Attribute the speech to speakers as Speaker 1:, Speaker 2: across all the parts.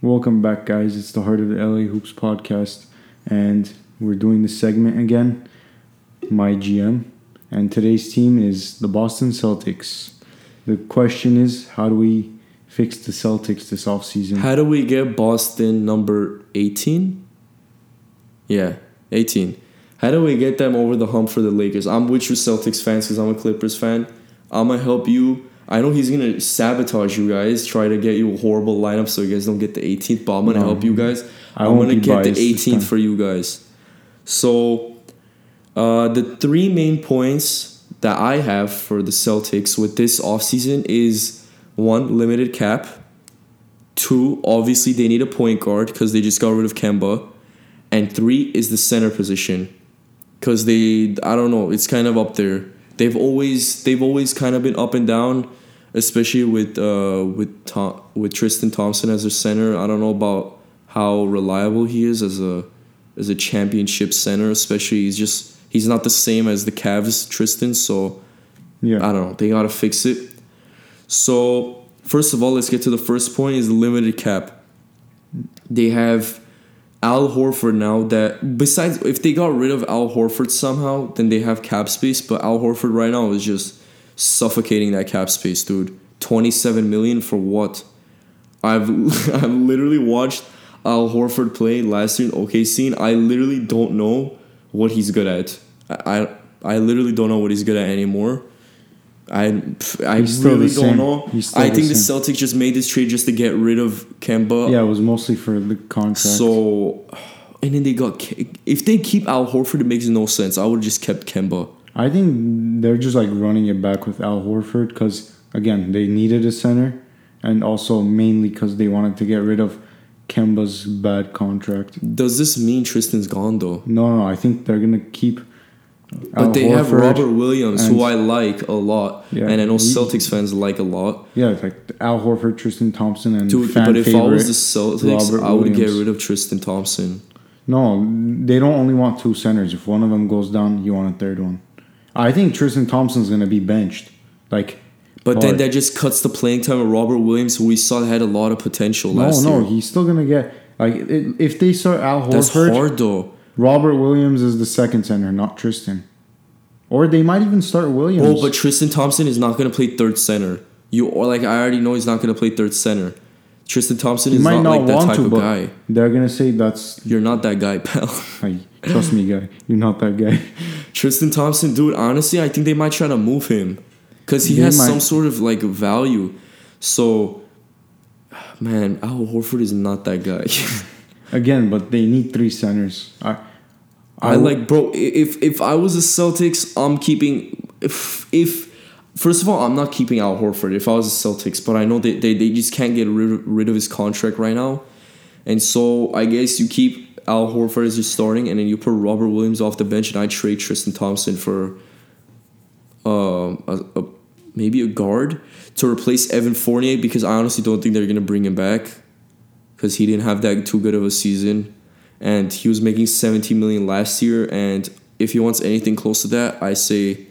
Speaker 1: Welcome back, guys. It's the Heart of the LA Hoops podcast, and we're doing this segment again. My GM, and today's team is the Boston Celtics. The question is, how do we fix the Celtics this offseason?
Speaker 2: How do we get Boston number 18? Yeah, 18. How do we get them over the hump for the Lakers? I'm with you, Celtics fans, because I'm a Clippers fan. I'm going to help you. I know he's going to sabotage you guys, try to get you a horrible lineup so you guys don't get the 18th, but I'm going to
Speaker 1: No.
Speaker 2: help you guys.
Speaker 1: I
Speaker 2: I'm
Speaker 1: won't be
Speaker 2: going to get the
Speaker 1: biased this
Speaker 2: 18th
Speaker 1: time.
Speaker 2: for you guys. So, uh, the three main points that I have for the Celtics with this offseason is one, limited cap. Two, obviously they need a point guard because they just got rid of Kemba. And three is the center position. Cause they I don't know, it's kind of up there. They've always they've always kind of been up and down, especially with uh with Tom, with Tristan Thompson as their center. I don't know about how reliable he is as a as a championship center, especially he's just he's not the same as the Cavs Tristan, so
Speaker 1: Yeah,
Speaker 2: I don't know. They gotta fix it. So first of all, let's get to the first point: is limited cap. They have Al Horford now. That besides, if they got rid of Al Horford somehow, then they have cap space. But Al Horford right now is just suffocating that cap space, dude. Twenty-seven million for what? I've I've literally watched Al Horford play last year in OKC, and I literally don't know what he's good at. I I, I literally don't know what he's good at anymore. I pff, I
Speaker 1: He's still
Speaker 2: really
Speaker 1: the
Speaker 2: don't
Speaker 1: same.
Speaker 2: know.
Speaker 1: He's still
Speaker 2: I
Speaker 1: the
Speaker 2: think the
Speaker 1: same.
Speaker 2: Celtics just made this trade just to get rid of Kemba.
Speaker 1: yeah, it was mostly for the contract.
Speaker 2: So, and then they got Ke- if they keep Al Horford, it makes no sense. I would have just kept Kemba.
Speaker 1: I think they're just like running it back with Al Horford because again they needed a center, and also mainly because they wanted to get rid of Kemba's bad contract.
Speaker 2: Does this mean Tristan's gone though?
Speaker 1: No, no, I think they're gonna keep.
Speaker 2: But they have Robert Williams,
Speaker 1: and-
Speaker 2: who I like a lot,
Speaker 1: Yeah.
Speaker 2: and I know
Speaker 1: He-
Speaker 2: Celtics fans like a lot.
Speaker 1: Yeah, it's like Al Horford, Tristan Thompson, and
Speaker 2: Dude,
Speaker 1: fan
Speaker 2: but if I was
Speaker 1: favorite-
Speaker 2: the Celtics,
Speaker 1: Robert
Speaker 2: I would get
Speaker 1: Williams.
Speaker 2: rid of Tristan Thompson.
Speaker 1: No, they don't only want two centers. If one of them goes down, you want a third one. I think Tristan Thompson's gonna be benched. Like,
Speaker 2: But then
Speaker 1: Hard.
Speaker 2: that just cuts the playing time of Robert Williams, who we saw had a lot of potential
Speaker 1: no,
Speaker 2: last
Speaker 1: no,
Speaker 2: year.
Speaker 1: he's still gonna get like it, if they start Al
Speaker 2: That's
Speaker 1: Horford,
Speaker 2: hard though.
Speaker 1: Robert Williams is the second center, not Tristan. Or they might even start Williams.
Speaker 2: Bro, Oh, but Tristan Thompson is not gonna play third center. You or like I already know he's not gonna play third center. Tristan Thompson
Speaker 1: you
Speaker 2: is
Speaker 1: might
Speaker 2: not,
Speaker 1: not
Speaker 2: like that
Speaker 1: want
Speaker 2: type
Speaker 1: to,
Speaker 2: of
Speaker 1: but
Speaker 2: guy.
Speaker 1: they're gonna say that's
Speaker 2: You're not that guy, pal.
Speaker 1: like trust me, guy. You're not that guy.
Speaker 2: Tristan Thompson, dude, honestly, I think they might try to move him because he
Speaker 1: They
Speaker 2: has
Speaker 1: might.
Speaker 2: some sort of like value. So, man, Al Horford is not that guy.
Speaker 1: Again, but they need three centers. I,
Speaker 2: I like, bro. i- If if I was the Celtics, I'm keeping. If if first of all, I'm not keeping Al Horford. If I was the Celtics, but I know they they, they just can't get rid of, rid of his contract right now, and so I guess you keep Al Horford as your starting, and then you put Robert Williams off the bench, and I trade Tristan Thompson for, um, a, a, maybe a guard to replace Evan Fournier because I honestly don't think they're gonna bring him back because he didn't have that too good of a season, and he was making 17 million last year. And if he wants anything close to that, I say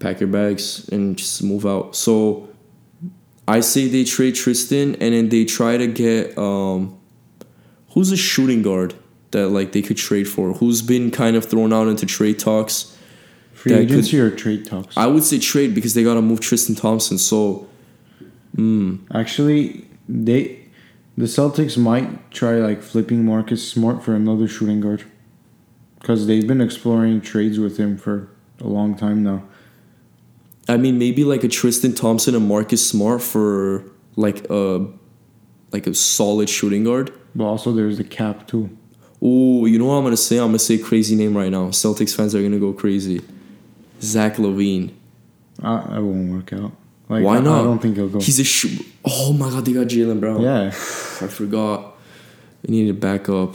Speaker 2: pack your bags and just move out. So I say they trade Tristan, and then they try to get um, who's a shooting guard that like they could trade for, who's been kind of thrown out into trade talks.
Speaker 1: free
Speaker 2: that could-
Speaker 1: agency or trade talks.
Speaker 2: I would say trade because they gotta move Tristan Thompson. So
Speaker 1: Actually, they the Celtics might try like flipping Marcus Smart for another shooting guard because they've been exploring trades with him for a long time now.
Speaker 2: I mean, maybe like a Tristan Thompson and Marcus Smart for like a like a solid shooting guard.
Speaker 1: But also, there's the cap too.
Speaker 2: Ooh, you know what I'm gonna say? I'm gonna say a crazy name right now. Celtics fans are gonna go crazy. Zach Levine.
Speaker 1: I, I won't work out. Like,
Speaker 2: Why
Speaker 1: I-
Speaker 2: not?
Speaker 1: I don't think he'll go.
Speaker 2: He's a sh- oh my god, they got Jalen Brown.
Speaker 1: yeah,
Speaker 2: I forgot. I need to back up,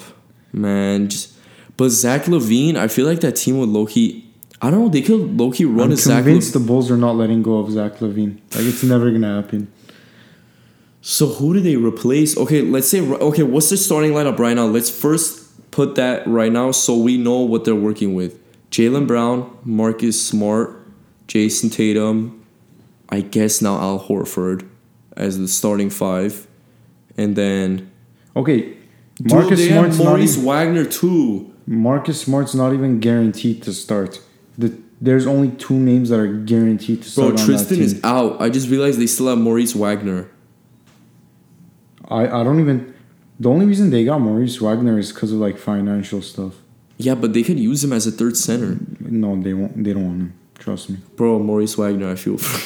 Speaker 2: man. Just, but Zach Levine, I feel like that team with Loki. I don't know. They could Loki run
Speaker 1: I'm
Speaker 2: a Zach.
Speaker 1: convinced
Speaker 2: Lev-
Speaker 1: the Bulls are not letting go of Zach Levine. Like, it's never gonna happen.
Speaker 2: so who do they replace? Okay, let's say okay. What's the starting lineup right now? Let's first put that right now so we know what they're working with. Jalen Brown, Marcus Smart, Jason Tatum. I guess now Al Horford as the starting five, and then
Speaker 1: Okay,
Speaker 2: Dude,
Speaker 1: Marcus
Speaker 2: they
Speaker 1: Smart's
Speaker 2: have
Speaker 1: not
Speaker 2: Maurice
Speaker 1: even,
Speaker 2: Wagner too.
Speaker 1: Marcus Smart's not even guaranteed to start. The, there's only two names that are guaranteed to
Speaker 2: Bro,
Speaker 1: start on
Speaker 2: Tristan
Speaker 1: that
Speaker 2: is
Speaker 1: team.
Speaker 2: out. I just realized they still have Maurice Wagner.
Speaker 1: I, I don't even. The only reason they got Maurice Wagner is because of like financial stuff.
Speaker 2: Yeah, but they could use him as a third center.
Speaker 1: No, they won't. They don't want him. Trust me.
Speaker 2: Bro, Maurice Wagner, I feel for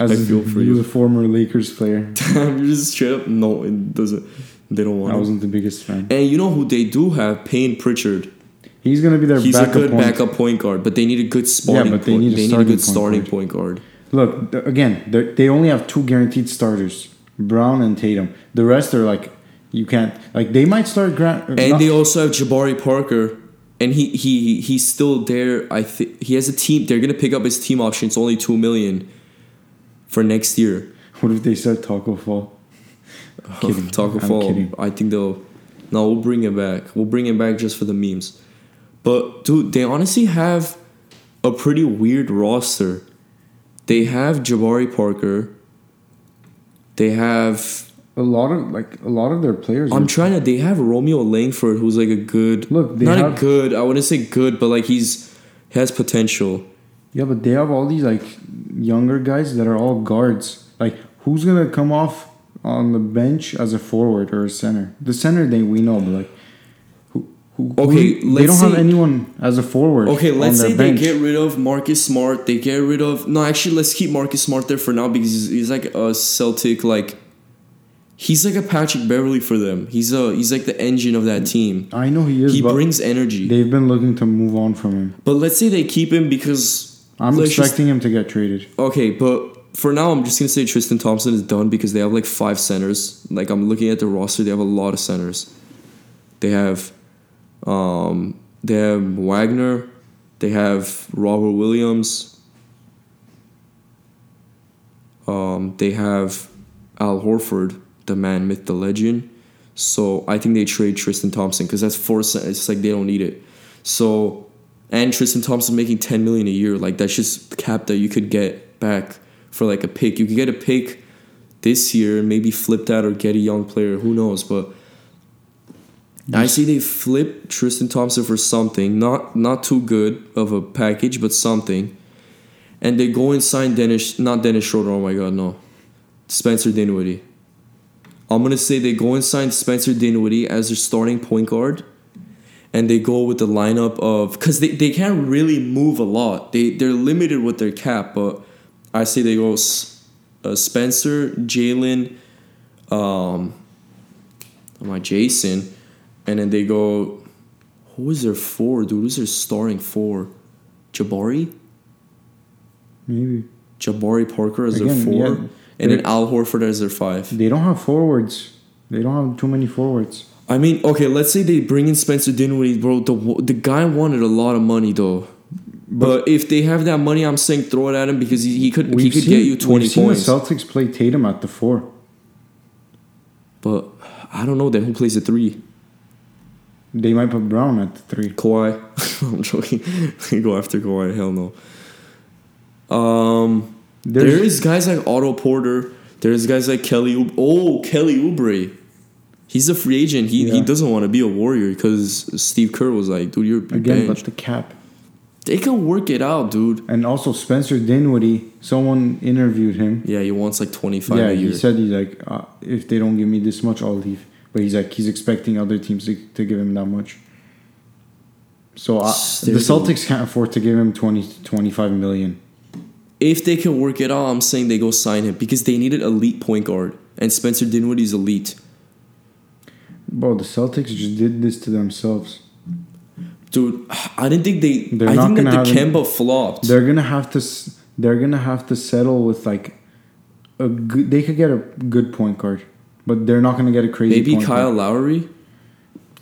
Speaker 1: As
Speaker 2: I feel for
Speaker 1: he
Speaker 2: you.
Speaker 1: was a former Lakers player,
Speaker 2: Damn, you're just straight up. No, it doesn't. They don't
Speaker 1: I
Speaker 2: want him.
Speaker 1: wasn't the biggest fan.
Speaker 2: And you know who they do have? Payne Pritchard.
Speaker 1: He's gonna be their
Speaker 2: He's a
Speaker 1: backup.
Speaker 2: good
Speaker 1: point.
Speaker 2: backup point guard, but they need a good starting.
Speaker 1: but they
Speaker 2: point.
Speaker 1: need a
Speaker 2: they
Speaker 1: starting
Speaker 2: need a
Speaker 1: point
Speaker 2: good starting
Speaker 1: guard.
Speaker 2: point guard.
Speaker 1: Look th- again. they're- They only have two guaranteed starters: Brown and Tatum. The rest are like you can't. Like they might start Grant.
Speaker 2: And they also have Jabari Parker, and he he he's still there. I think he has a team. They're gonna pick up his team option. It's only two million for next year.
Speaker 1: what if they said Taco Fall? Kidding.
Speaker 2: Taco
Speaker 1: I'm
Speaker 2: Fall.
Speaker 1: kidding.
Speaker 2: I think they'll. No, we'll bring it back. We'll bring it back just for the memes. But dude, they honestly have a pretty weird roster. They have Jabari Parker. They have.
Speaker 1: A lot of like a lot of their players.
Speaker 2: I'm
Speaker 1: are-
Speaker 2: trying to. They have Romeo Langford, who's like a good.
Speaker 1: Look, they
Speaker 2: not
Speaker 1: have-
Speaker 2: a good. I wouldn't say good, but like he's he has potential.
Speaker 1: yeah, but they have all these like younger guys that are all guards. Like who's gonna come off on the bench as a forward or a center? The center they we know, but like who who? who-
Speaker 2: Okay,
Speaker 1: they
Speaker 2: let's
Speaker 1: don't have
Speaker 2: say-
Speaker 1: anyone as a forward.
Speaker 2: Okay,
Speaker 1: on
Speaker 2: let's
Speaker 1: their
Speaker 2: say
Speaker 1: bench.
Speaker 2: they get rid of Marcus Smart. They get rid of no. Actually, let's keep Marcus Smart there for now because he's, he's like a Celtic. Like he's like a Patrick Beverly for them. He's a he's like the engine of that team.
Speaker 1: I know he is,
Speaker 2: He
Speaker 1: but
Speaker 2: brings energy.
Speaker 1: they've been looking to move on from him.
Speaker 2: but let's say they keep him because
Speaker 1: I'm
Speaker 2: let's just-
Speaker 1: expecting him to get traded.
Speaker 2: okay. But for now, I'm just gonna say Tristan Thompson is done because they have like five centers. Like I'm looking at the roster, they have a lot of centers. They have, um, they have Wagner. They have Robert Williams. Um, they have Al Horford, the man, myth, the legend. So I think they trade Tristan Thompson because that's four. cen- It's like they don't need it. So and Tristan Thompson making ten million a year, like that's just the cap that you could get back for like a pick. You could get a pick this year, maybe flip that or get a young player. Who knows? But I see they flip Tristan Thompson for something, not not too good of a package, but something. And they go and sign Dennis, not Dennis Schroeder. Oh my God, no, Spencer Dinwiddie. I'm gonna say they go and sign Spencer Dinwiddie as their starting point guard, and they go with the lineup of because they, they can't really move a lot. They they're limited with their cap, but I say they go S- uh, Spencer, Jalen, um, my Jason, and then they go. Who is their four, dude? Who's their starting four? Jabari,
Speaker 1: Maybe
Speaker 2: Jabari Parker as
Speaker 1: Again,
Speaker 2: their four,
Speaker 1: yeah,
Speaker 2: and
Speaker 1: they're-
Speaker 2: then Al Horford as their five.
Speaker 1: they don't have forwards. They don't have too many forwards.
Speaker 2: I mean, okay, let's say they bring in Spencer Dinwiddie, bro. The the guy wanted a lot of money though. But, if they have that money, I'm saying throw it at him because he, he could he could get you 20
Speaker 1: we've seen
Speaker 2: points.
Speaker 1: the Celtics play Tatum at the four.
Speaker 2: but I don't know then who plays the three.
Speaker 1: They might put Brown at the three.
Speaker 2: Kawhi. I'm joking. They go after Kawhi. Hell no. Um,
Speaker 1: There's-
Speaker 2: there is guys like Otto Porter. There's guys like Kelly. Ub- oh, Kelly Oubre. He's a free agent. He he
Speaker 1: Yeah.
Speaker 2: doesn't want to be a warrior because Steve Kerr was like, dude, you're you're
Speaker 1: Again,
Speaker 2: benched.
Speaker 1: but the cap.
Speaker 2: they can work it out, dude.
Speaker 1: And also Spencer Dinwiddie. Someone interviewed him.
Speaker 2: Yeah, he wants like 25
Speaker 1: yeah,
Speaker 2: a year.
Speaker 1: he said he's like, uh, if they don't give me this much, I'll leave. But he's like, he's expecting other teams to, to give him that much. So uh, the
Speaker 2: There's a-
Speaker 1: Celtics can't afford to give him 20 to 25 million.
Speaker 2: if they can work it out, I'm saying they go sign him because they needed elite point guard, and Spencer Dinwiddie's elite.
Speaker 1: Bro, the Celtics just did this to themselves.
Speaker 2: Dude, I didn't think they.
Speaker 1: They're
Speaker 2: I
Speaker 1: not
Speaker 2: think that
Speaker 1: gonna
Speaker 2: the
Speaker 1: have any-
Speaker 2: Kemba flopped.
Speaker 1: They're gonna have to. s- They're gonna have to settle with like a good. They could get a good point guard, but they're not gonna get a crazy.
Speaker 2: Maybe
Speaker 1: point
Speaker 2: Kyle
Speaker 1: guard.
Speaker 2: Lowry.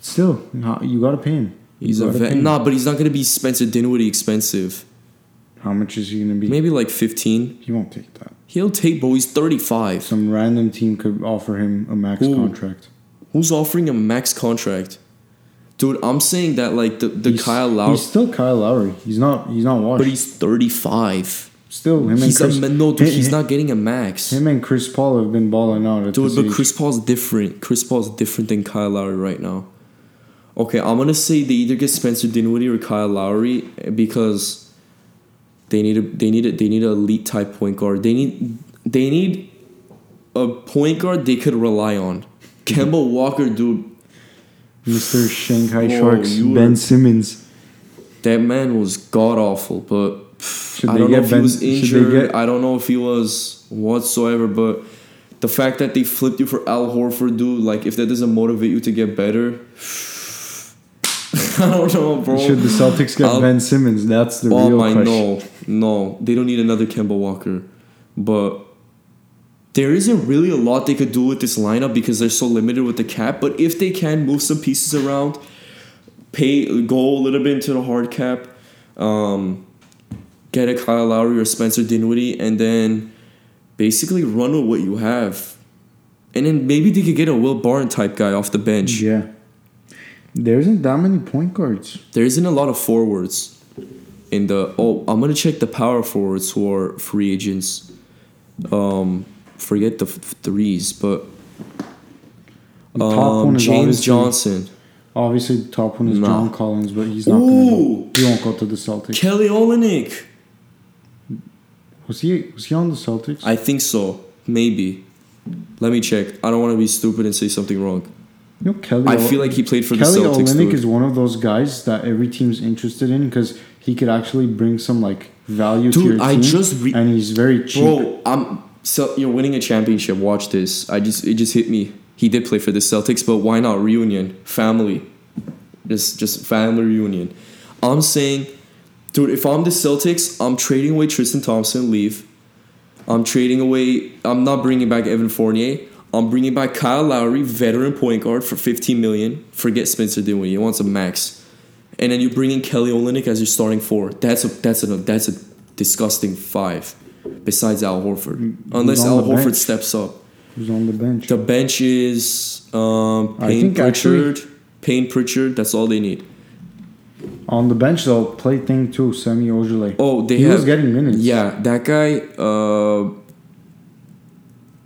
Speaker 1: Still, no, you gotta pay him. You
Speaker 2: He's a
Speaker 1: gotta
Speaker 2: vet.
Speaker 1: pay him.
Speaker 2: Nah, but he's not gonna be Spencer Dinwiddie expensive.
Speaker 1: How much is he gonna be?
Speaker 2: Maybe like 15.
Speaker 1: He won't take that.
Speaker 2: He'll take, but he's 35.
Speaker 1: Some random team could offer him a max
Speaker 2: Who?
Speaker 1: contract.
Speaker 2: Who's offering a max contract? Dude, I'm saying that like the, the
Speaker 1: He's-
Speaker 2: Kyle Lowry,
Speaker 1: He's still Kyle Lowry. He's not. He's not washed.
Speaker 2: but he's 35.
Speaker 1: Still, him and
Speaker 2: he's
Speaker 1: Chris,
Speaker 2: a ma- no, dude.
Speaker 1: him-
Speaker 2: He's
Speaker 1: him-
Speaker 2: not getting a max.
Speaker 1: Him and Chris Paul have been balling out. At
Speaker 2: Dude,
Speaker 1: this
Speaker 2: but
Speaker 1: age.
Speaker 2: Chris Paul's different. Chris Paul's different than Kyle Lowry right now. Okay, I'm gonna say they either get Spencer Dinwiddie or Kyle Lowry eh, because they need a they need a they need a elite type point guard. They need they need a point guard they could rely on. Kemba Walker, dude,
Speaker 1: Mr. Shanghai
Speaker 2: Whoa,
Speaker 1: Sharks,
Speaker 2: you
Speaker 1: Ben
Speaker 2: are-
Speaker 1: Simmons.
Speaker 2: that man was god awful. But
Speaker 1: Should
Speaker 2: I
Speaker 1: they
Speaker 2: don't know
Speaker 1: get
Speaker 2: if
Speaker 1: Ben-
Speaker 2: he was
Speaker 1: should they
Speaker 2: injured.
Speaker 1: get-
Speaker 2: I don't know if he was whatsoever. But the fact that they flipped you for Al Horford, dude, like if that doesn't motivate you to get better, I don't know, bro.
Speaker 1: Should the Celtics get
Speaker 2: I'll-
Speaker 1: Ben Simmons? That's the
Speaker 2: oh
Speaker 1: real
Speaker 2: my
Speaker 1: question.
Speaker 2: no, no, they don't need another Kemba Walker, but. There isn't really a lot they could do with this lineup because they're so limited with the cap. But if they can move some pieces around, pay go a little bit into the hard cap, um, get a Kyle Lowry or Spencer Dinwiddie, and then basically run with what you have. And then maybe they could get a Will Barton type guy off the bench.
Speaker 1: Yeah, there isn't that many point guards.
Speaker 2: There isn't a lot of forwards in the. Oh, I'm gonna check the power forwards who are free agents. Um, forget the f- threes, but
Speaker 1: The top
Speaker 2: um,
Speaker 1: one is
Speaker 2: James
Speaker 1: obviously-
Speaker 2: Johnson,
Speaker 1: Obviously, the top one is
Speaker 2: No.
Speaker 1: John Collins, but he's not. Gonna go.
Speaker 2: Ooh.
Speaker 1: He won't go to the Celtics.
Speaker 2: Kelly Olynyk.
Speaker 1: Was he? Was he on the Celtics?
Speaker 2: I think so. Maybe. Let me check. I don't want to be stupid and say something wrong.
Speaker 1: you know, Kelly.
Speaker 2: I
Speaker 1: Ol-
Speaker 2: feel like he played for
Speaker 1: Kelly
Speaker 2: the Celtics.
Speaker 1: Olynyk
Speaker 2: dude.
Speaker 1: is one of those guys that every team's interested in because he could actually bring some like value to
Speaker 2: Dude,
Speaker 1: your
Speaker 2: I
Speaker 1: team,
Speaker 2: just re-
Speaker 1: and he's very cheap.
Speaker 2: Bro, I'm so you're winning a championship. Watch this. I just it just hit me. He did play for the Celtics, but why not reunion? Family. Just just family reunion. I'm saying, dude, if I'm the Celtics, I'm trading away Tristan Thompson, leave. I'm trading away. I'm not bringing back Evan Fournier. I'm bringing back Kyle Lowry, veteran point guard for 15 million. Forget Spencer Dinwiddie. He wants a max. And then you bring in Kelly Olynyk as your starting four. That's a that's a that's a disgusting five. Besides Al Horford, unless
Speaker 1: Mm, on
Speaker 2: Al
Speaker 1: the
Speaker 2: Horford
Speaker 1: bench.
Speaker 2: steps up,
Speaker 1: He's on the bench.
Speaker 2: the bench is um,
Speaker 1: I
Speaker 2: Payne
Speaker 1: think actually-
Speaker 2: Pritchard. Payne Pritchard. That's all they need.
Speaker 1: on the bench though, play thing too. Semi Ojeley.
Speaker 2: Oh, they
Speaker 1: he
Speaker 2: have.
Speaker 1: was getting minutes.
Speaker 2: Yeah, that guy, uh,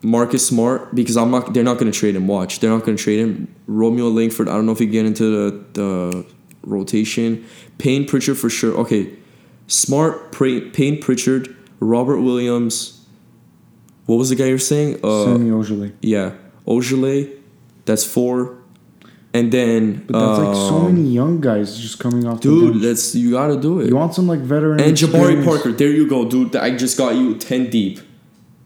Speaker 2: Marcus Smart, because I'm not. They're not going to trade him. Watch, they're not going to trade him. Romeo Langford, I don't know if he get into the, the rotation. Payne Pritchard for sure. Okay, Smart, Pra- Payne Pritchard, Robert Williams. What was the guy you're saying? Uh,
Speaker 1: Semi Ojeley.
Speaker 2: yeah, Ojale. That's four, and then
Speaker 1: But that's like so
Speaker 2: um,
Speaker 1: many young guys just coming off the
Speaker 2: Dude,
Speaker 1: bench.
Speaker 2: that's you got to do it.
Speaker 1: You want some like veteran
Speaker 2: And Jabari
Speaker 1: experience.
Speaker 2: Parker, there you go, dude. I just got you 10 deep.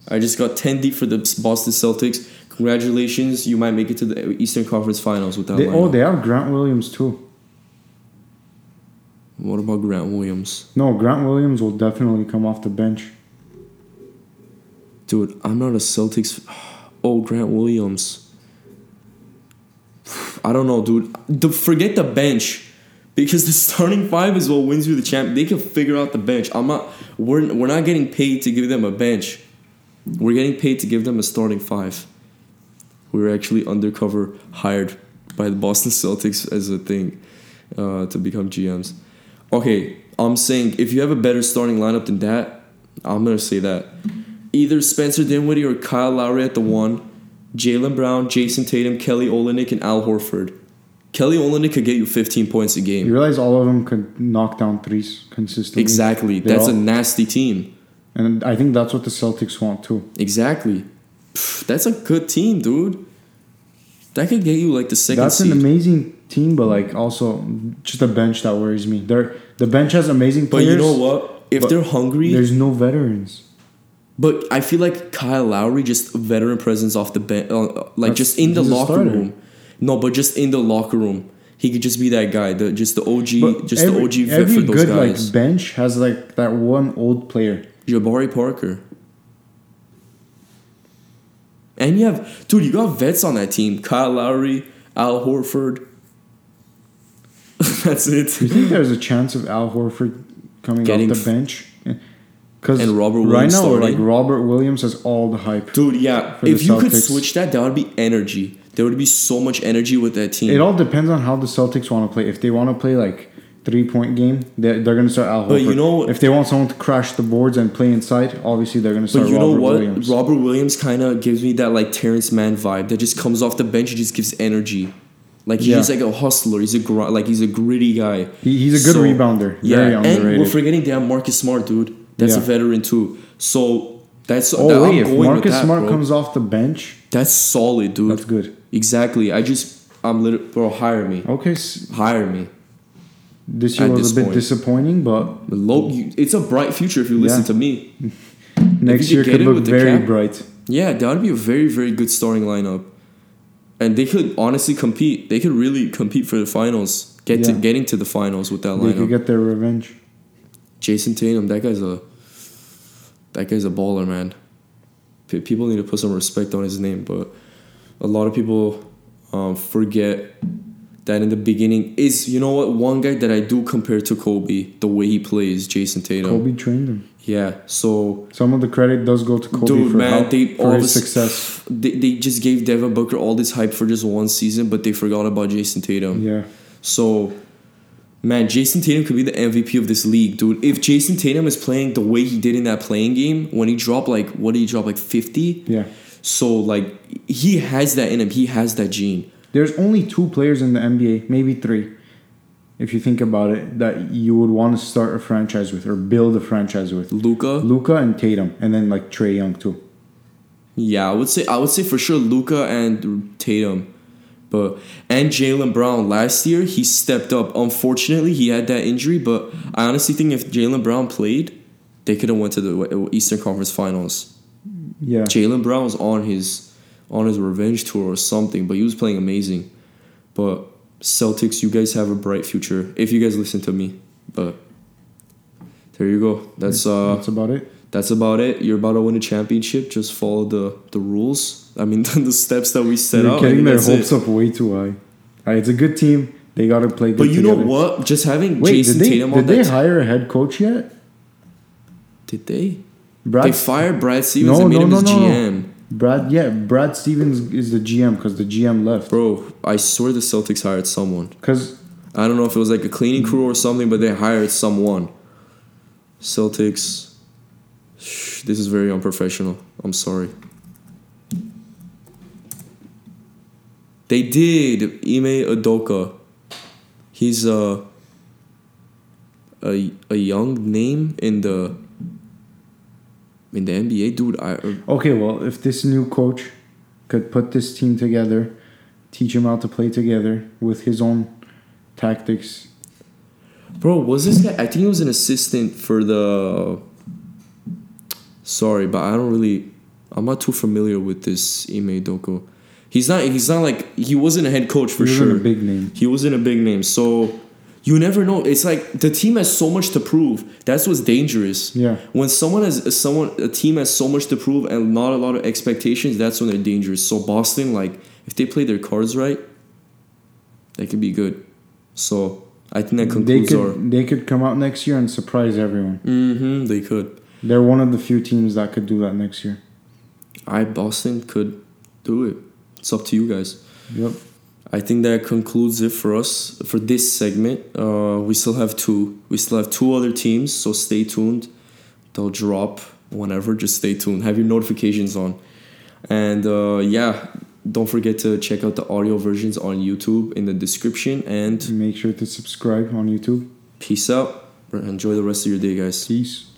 Speaker 2: I just got 10 deep for the Boston Celtics. Congratulations, you might make it to the Eastern Conference Finals with that
Speaker 1: They,
Speaker 2: lineup.
Speaker 1: oh, they have Grant Williams too.
Speaker 2: What about Grant Williams?
Speaker 1: No, Grant Williams will definitely come off the bench.
Speaker 2: Dude, I'm not a Celtics. Oh, Grant Williams. I don't know, dude. The, forget the bench. Because the starting five is what wins you the champ. They can figure out the bench. I'm not. We're, we're not getting paid to give them a bench. We're getting paid to give them a starting five. We were actually undercover hired by the Boston Celtics as a thing uh, to become GMs. Okay, I'm saying if you have a better starting lineup than that, I'm gonna say that either Spencer Dinwiddie or Kyle Lowry at the one, Jalen Brown, Jason Tatum, Kelly Olynyk, and Al Horford. Kelly Olynyk could get you 15 points a game.
Speaker 1: You realize all of them could knock down threes consistently.
Speaker 2: exactly.
Speaker 1: They're
Speaker 2: That's a
Speaker 1: all-
Speaker 2: nasty team.
Speaker 1: And I think that's what the Celtics want too.
Speaker 2: Exactly. Pff, that's a good team, dude. That could get you like the second
Speaker 1: That's
Speaker 2: seed.
Speaker 1: an amazing team, but like also just a bench that worries me. They're, the bench has amazing
Speaker 2: but
Speaker 1: players.
Speaker 2: you know what? If
Speaker 1: but
Speaker 2: they're hungry,
Speaker 1: There's no veterans.
Speaker 2: but I feel like Kyle Lowry just a veteran presence off the bench, uh, like
Speaker 1: That's-
Speaker 2: just in the
Speaker 1: he's a
Speaker 2: locker
Speaker 1: starter.
Speaker 2: room. No, but just in the locker room, he could just be that guy, the just the OG,
Speaker 1: But
Speaker 2: just
Speaker 1: every-
Speaker 2: the OG vet
Speaker 1: every
Speaker 2: for those
Speaker 1: good
Speaker 2: guys.
Speaker 1: like bench has like that one old player.
Speaker 2: Jabari Parker. And you have, dude, you got vets on that team. Kyle Lowry, Al Horford. That's it.
Speaker 1: Do you think there's a chance of Al Horford coming
Speaker 2: Getting
Speaker 1: off
Speaker 2: f-
Speaker 1: the bench? Because
Speaker 2: And Robert
Speaker 1: right
Speaker 2: Williams
Speaker 1: now,
Speaker 2: starting?
Speaker 1: like Robert Williams has all the hype.
Speaker 2: Dude, yeah.
Speaker 1: for
Speaker 2: if
Speaker 1: the
Speaker 2: you could
Speaker 1: Celtics.
Speaker 2: switch that, that would be energy. There would be so much energy with that team.
Speaker 1: It all depends on how the Celtics want to play. If they want to play like three point game, they're, they're going to start Al Horford.
Speaker 2: But you know-
Speaker 1: if they want someone to crash the boards and play inside, obviously they're going to start
Speaker 2: But you
Speaker 1: Robert
Speaker 2: know what?
Speaker 1: Williams.
Speaker 2: Robert Williams kind of gives me that like Terrence Mann vibe that just comes off the bench and just gives energy. Like he's
Speaker 1: Yeah.
Speaker 2: just like a hustler. He's a gr- like he's a gritty guy.
Speaker 1: He- he's a good rebounder. Very
Speaker 2: and we're
Speaker 1: underrated.
Speaker 2: forgetting they have Marcus Smart, dude. That's a
Speaker 1: Yeah.
Speaker 2: veteran too. So that's
Speaker 1: oh
Speaker 2: that,
Speaker 1: wait,
Speaker 2: I'm
Speaker 1: if
Speaker 2: going with
Speaker 1: Marcus
Speaker 2: that,
Speaker 1: Smart
Speaker 2: bro.
Speaker 1: comes off the bench,
Speaker 2: that's solid, dude.
Speaker 1: that's good.
Speaker 2: Exactly. I just I'm literally bro. Hire me.
Speaker 1: Okay, s-
Speaker 2: Hire me.
Speaker 1: this year
Speaker 2: At
Speaker 1: was
Speaker 2: this
Speaker 1: a bit
Speaker 2: point.
Speaker 1: disappointing, but
Speaker 2: But Low, you, it's a bright future if you listen
Speaker 1: Yeah.
Speaker 2: to me.
Speaker 1: next
Speaker 2: you
Speaker 1: year
Speaker 2: could
Speaker 1: could
Speaker 2: get it
Speaker 1: look
Speaker 2: with the
Speaker 1: very
Speaker 2: cap-
Speaker 1: bright.
Speaker 2: Yeah, that would be a very very good starting lineup, and they could honestly compete. They could really compete for the finals. Get to
Speaker 1: Yeah.
Speaker 2: getting to the finals with that
Speaker 1: They could
Speaker 2: lineup.
Speaker 1: get their revenge.
Speaker 2: Jason Tatum, that guy's a that guy's a baller, man. P- people need to put some respect on his name, but a lot of people um, forget that in the beginning is you know what one guy that I do compare to Kobe the way he plays Jason Tatum.
Speaker 1: Kobe trained him.
Speaker 2: Yeah, so
Speaker 1: Some of the credit does go to Kobe
Speaker 2: Dude,
Speaker 1: for,
Speaker 2: man,
Speaker 1: how,
Speaker 2: they
Speaker 1: for
Speaker 2: all
Speaker 1: his
Speaker 2: of a-
Speaker 1: success.
Speaker 2: they, they just gave Devin Booker all this hype for just one season, but they forgot about Jason Tatum.
Speaker 1: Yeah,
Speaker 2: So, man, Jason Tatum could be the MVP of this league, dude. If Jason Tatum is playing the way he did in that playing game, when he dropped like, what did he drop, like 50?
Speaker 1: yeah.
Speaker 2: So, like, he has that in him. He has that gene.
Speaker 1: There's only two players in the NBA, maybe three, if you think about it, that you would want to start a franchise with or build a franchise with.
Speaker 2: Luca,
Speaker 1: Luca and Tatum, and then like Trey Young too.
Speaker 2: yeah, I would say, I would say for sure Luca and Tatum. But and Jalen Brown last year he stepped up. Unfortunately, he had that injury, but I honestly think if Jalen Brown played, they could have went to the E-, Eastern Conference Finals.
Speaker 1: Yeah,
Speaker 2: Jalen Brown was on his on his revenge tour or something, but he was playing amazing. But Celtics, you guys have a bright future if you guys listen to me. But there you go. That's uh
Speaker 1: that's about it.
Speaker 2: that's about it. You're about to win a championship. Just follow the the rules. I mean the steps that we set
Speaker 1: They're
Speaker 2: out. I
Speaker 1: getting
Speaker 2: mean,
Speaker 1: their
Speaker 2: Oh, that's
Speaker 1: hopes
Speaker 2: it.
Speaker 1: up way too high. Alright, it's a good team. They gotta play. Good
Speaker 2: But you know
Speaker 1: together.
Speaker 2: what? Just having
Speaker 1: Wait,
Speaker 2: Jason
Speaker 1: did they,
Speaker 2: Tatum on
Speaker 1: did they
Speaker 2: that.
Speaker 1: hire a head coach yet?
Speaker 2: did they?
Speaker 1: Brad,
Speaker 2: They fired Brad Stevens
Speaker 1: No,
Speaker 2: and made
Speaker 1: no,
Speaker 2: him
Speaker 1: no,
Speaker 2: his
Speaker 1: no, no.
Speaker 2: GM.
Speaker 1: Brad, yeah, Brad Stevens is the GM because the GM left.
Speaker 2: Bro, I swear the Celtics hired someone.
Speaker 1: Because
Speaker 2: I don't know if it was like a cleaning crew or something, but they hired someone. Celtics. Shh, This is very unprofessional. I'm sorry. They did Ime Adoka. He's a, a a young name in the in the NBA, dude. I
Speaker 1: Okay, well, if this new coach could put this team together, teach him how to play together with his own tactics.
Speaker 2: Bro, was this guy? I think he was an assistant for the. Sorry, but I don't really. I'm not too familiar with this Ime Doko. He's not. He's not like he wasn't a head coach for
Speaker 1: He wasn't
Speaker 2: sure.
Speaker 1: a big name.
Speaker 2: he wasn't a big name, so you never know. It's like the team has so much to prove. That's what's dangerous.
Speaker 1: Yeah.
Speaker 2: When someone has someone a team has so much to prove and not a lot of expectations, that's when they're dangerous. So Boston, like if they play their cards right, they could be good. So I think that
Speaker 1: They
Speaker 2: concludes our.
Speaker 1: could they could come out next year and surprise everyone.
Speaker 2: Mm-hmm. They could.
Speaker 1: They're one of the few teams that could do that next year.
Speaker 2: I Boston could do it. It's up to you guys.
Speaker 1: Yep.
Speaker 2: I think that concludes it for us for this segment. Uh, we still have two. We still have two other teams, so stay tuned. They'll drop whenever. Just stay tuned. Have your notifications on, and uh, yeah, don't forget to check out the audio versions on YouTube in the description. And
Speaker 1: Make sure to subscribe on YouTube.
Speaker 2: peace out. Enjoy the rest of your day, guys.
Speaker 1: Peace.